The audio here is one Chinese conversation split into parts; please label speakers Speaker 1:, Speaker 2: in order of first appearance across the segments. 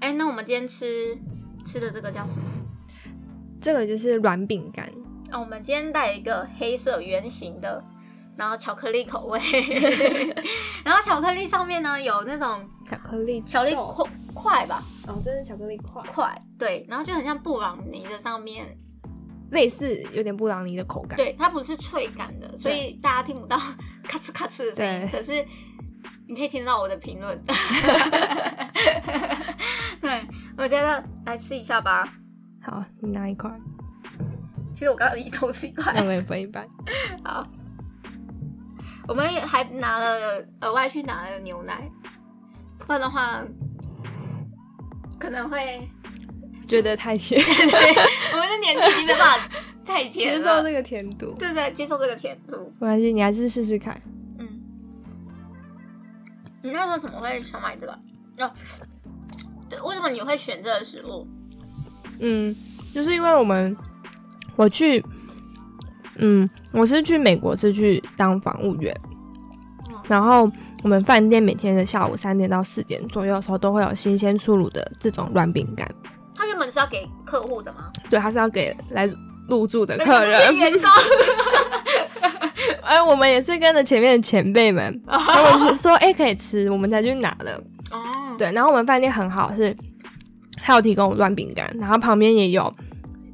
Speaker 1: 哎，那我们今天吃吃的这个叫什么？
Speaker 2: 这个就是软饼干，
Speaker 1: 啊，我们今天带一个黑色圆形的，然后巧克力口味， 然后巧克力上面呢有那种
Speaker 2: 巧克力
Speaker 1: 巧克力
Speaker 2: 豆
Speaker 1: 块块吧
Speaker 2: 哦，这是巧克力块，
Speaker 1: 块，对，然后就很像布朗尼的上面，
Speaker 2: 类似有点布朗尼的口感。
Speaker 1: 对，它不是脆感的，所以大家听不到咔哧咔哧的声音，可是你可以听到我的评论。 对，我觉得来吃一下吧。
Speaker 2: 好，你拿一块，
Speaker 1: 其实我刚刚一头吃一块
Speaker 2: 那，我也分一 半。
Speaker 1: 好，我们也还拿了额外去拿了牛奶，不然的话可能会
Speaker 2: 觉得太 甜，
Speaker 1: 我们的年纪已经没办法太
Speaker 2: 接
Speaker 1: 甜
Speaker 2: 受
Speaker 1: 了，
Speaker 2: 那个甜度。
Speaker 1: 对对， 接受这个甜度。
Speaker 2: 没关系，你还是试试看。
Speaker 1: 嗯，你那时候怎么会想买这个？哦，对，为什么你会选这个食物？
Speaker 2: 嗯，就是因为我们我去，嗯，我是去美国是去当防务员
Speaker 1: 嗯，
Speaker 2: 然后我们饭店每天的下午三点到四点左右的时候都会有新鲜出炉的这种软饼干，
Speaker 1: 它原本是要给客户的吗？
Speaker 2: 对，它是要给来入住的客
Speaker 1: 给
Speaker 2: 人，
Speaker 1: 员工。
Speaker 2: 哎，我们也是跟着前面的前辈们，他们就说哎、可以吃，我们才去拿的，
Speaker 1: 哦，
Speaker 2: 对，然后我们饭店很好是，还有提供软饼干，然后旁边也有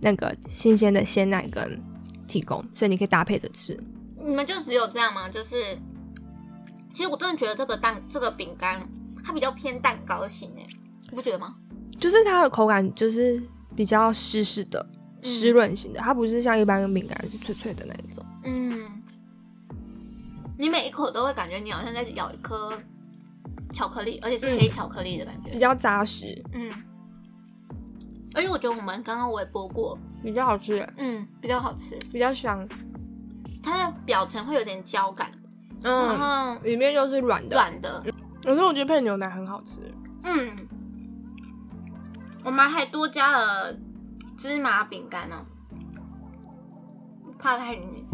Speaker 2: 那个新鲜的鲜奶跟提供，所以你可以搭配着吃。
Speaker 1: 你们就只有这样吗？就是，其实我真的觉得这个蛋这个饼干它比较偏蛋糕型诶，你不觉得吗？
Speaker 2: 就是它的口感就是比较湿湿的、湿润型的，它不是像一般的饼干是脆脆的那一种。
Speaker 1: 嗯，你每一口都会感觉你好像在咬一颗巧克力，而且是黑巧克力的感
Speaker 2: 比
Speaker 1: 觉。
Speaker 2: 较扎实，
Speaker 1: 嗯，而且我觉得我们刚刚我也播过，
Speaker 2: 比较好吃，
Speaker 1: 嗯，比较好吃，
Speaker 2: 比较香。
Speaker 1: 它的表层会有点焦感，然
Speaker 2: 嗯，
Speaker 1: 后
Speaker 2: 里面就是软的，
Speaker 1: 软的，
Speaker 2: 可是我觉得配牛奶很好吃。
Speaker 1: 嗯，我们还多加了芝麻饼干呢，怕太腻。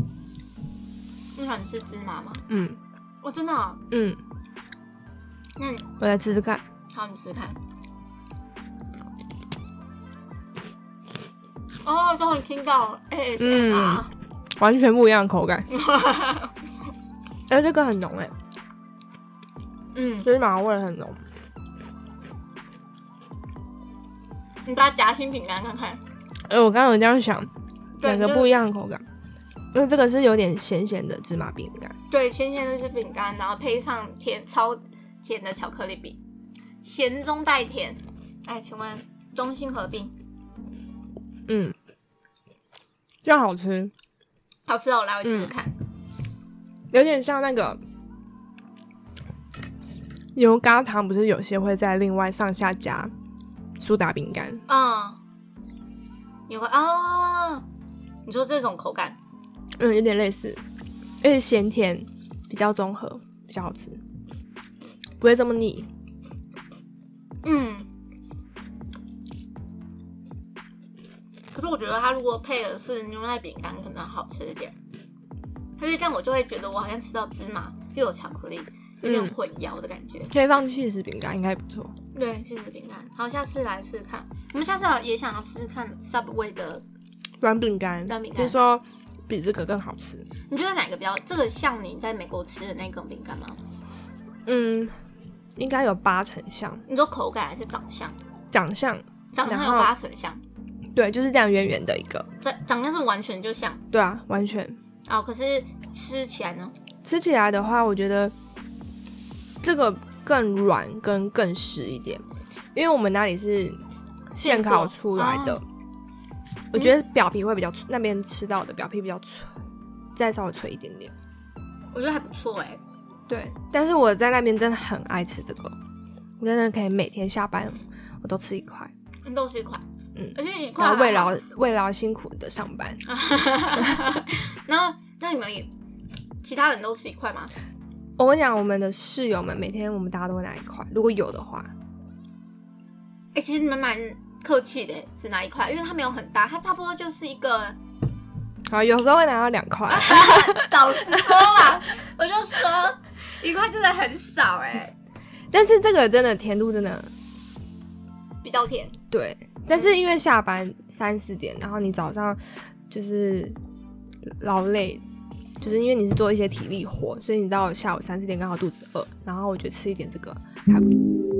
Speaker 1: 你想吃芝麻吗？
Speaker 2: 嗯
Speaker 1: 我、真的、哦，
Speaker 2: 嗯，
Speaker 1: 那你
Speaker 2: 我来吃吃看。
Speaker 1: 好，你试试看。哦，终于听到了哎
Speaker 2: 嗯
Speaker 1: 啊 ASMR，、
Speaker 2: 完全不一样的口感。哎、这个很浓哎、
Speaker 1: 嗯，
Speaker 2: 芝麻味很浓。
Speaker 1: 你把它夹心饼干看看，
Speaker 2: 哎、我刚刚有这样想，
Speaker 1: 对
Speaker 2: 两个
Speaker 1: 就是
Speaker 2: 不一样的口感。因为这个是有点咸咸的芝麻饼干，
Speaker 1: 对，鲜鲜的是饼干，然后配上甜超甜的巧克力饼，咸中带甜。哎，请问中心合并
Speaker 2: 嗯，这样好吃，
Speaker 1: 好吃哦，我来我试
Speaker 2: 嗯
Speaker 1: 试看。
Speaker 2: 有点像那个油咖糖，不是有些会在另外上下加苏打饼干，
Speaker 1: 嗯，有个啊、你说这种口感，
Speaker 2: 嗯，有点类似，而且咸甜比较综合，比较好吃，不会这么腻。
Speaker 1: 嗯。可是我觉得它如果配的是牛奶饼干，可能好吃一点。因为这样我就会觉得我好像吃到芝麻又有巧克力，有点
Speaker 2: 嗯
Speaker 1: 混淆的感觉。
Speaker 2: 可以放起司饼干，应该不错。
Speaker 1: 对，cheese 饼干。好，下次来试试看。我们下次也想要试试看 Subway 的，
Speaker 2: 软饼干，
Speaker 1: 软饼干
Speaker 2: 听说比这个更好吃。
Speaker 1: 你觉得哪个比较？这个像你在美国吃的那个饼干吗？
Speaker 2: 嗯，应该有八成像，
Speaker 1: 你说口感还是长相？
Speaker 2: 长相
Speaker 1: 长相
Speaker 2: 然
Speaker 1: 有
Speaker 2: 后
Speaker 1: 八成像，
Speaker 2: 对，就是这样圆圆的一个。
Speaker 1: 长长相是完全就像
Speaker 2: 对啊，完全
Speaker 1: 哦，可是吃起来呢？
Speaker 2: 吃起来的话，我觉得这个更软跟更实一点，因为我们那里是现烤出来
Speaker 1: 哦
Speaker 2: 的，我觉得表皮会比较脆，那边吃到的表皮比较脆，再稍微脆一点点。
Speaker 1: 我觉得还不错哎、
Speaker 2: 对，但是我在那边真的很爱吃这个，我真的可以每天下班我都吃一块。
Speaker 1: 欸，都是一块，
Speaker 2: 嗯
Speaker 1: 而且一块
Speaker 2: 然后
Speaker 1: 还
Speaker 2: 慰劳慰劳辛苦的上班，
Speaker 1: 然后那你们也其他人都吃一块吗？
Speaker 2: 我跟你讲，我们的室友们每天我们大家都会拿一块，如果有的话，
Speaker 1: 哎、其实你们蛮客气的欸、只拿一块，因为它没有很大，它差不多就是一个
Speaker 2: 啊，有时候会拿到两 块，
Speaker 1: 老实说啦， 我就说一块真的很少哎、
Speaker 2: 但是这个真的甜度真的
Speaker 1: 比较甜。
Speaker 2: 对，但是因为下班三四点，然后你早上就是劳累，就是因为你是做一些体力活，所以你到下午三四点刚好肚子饿，然后我觉得吃一点这个还不错。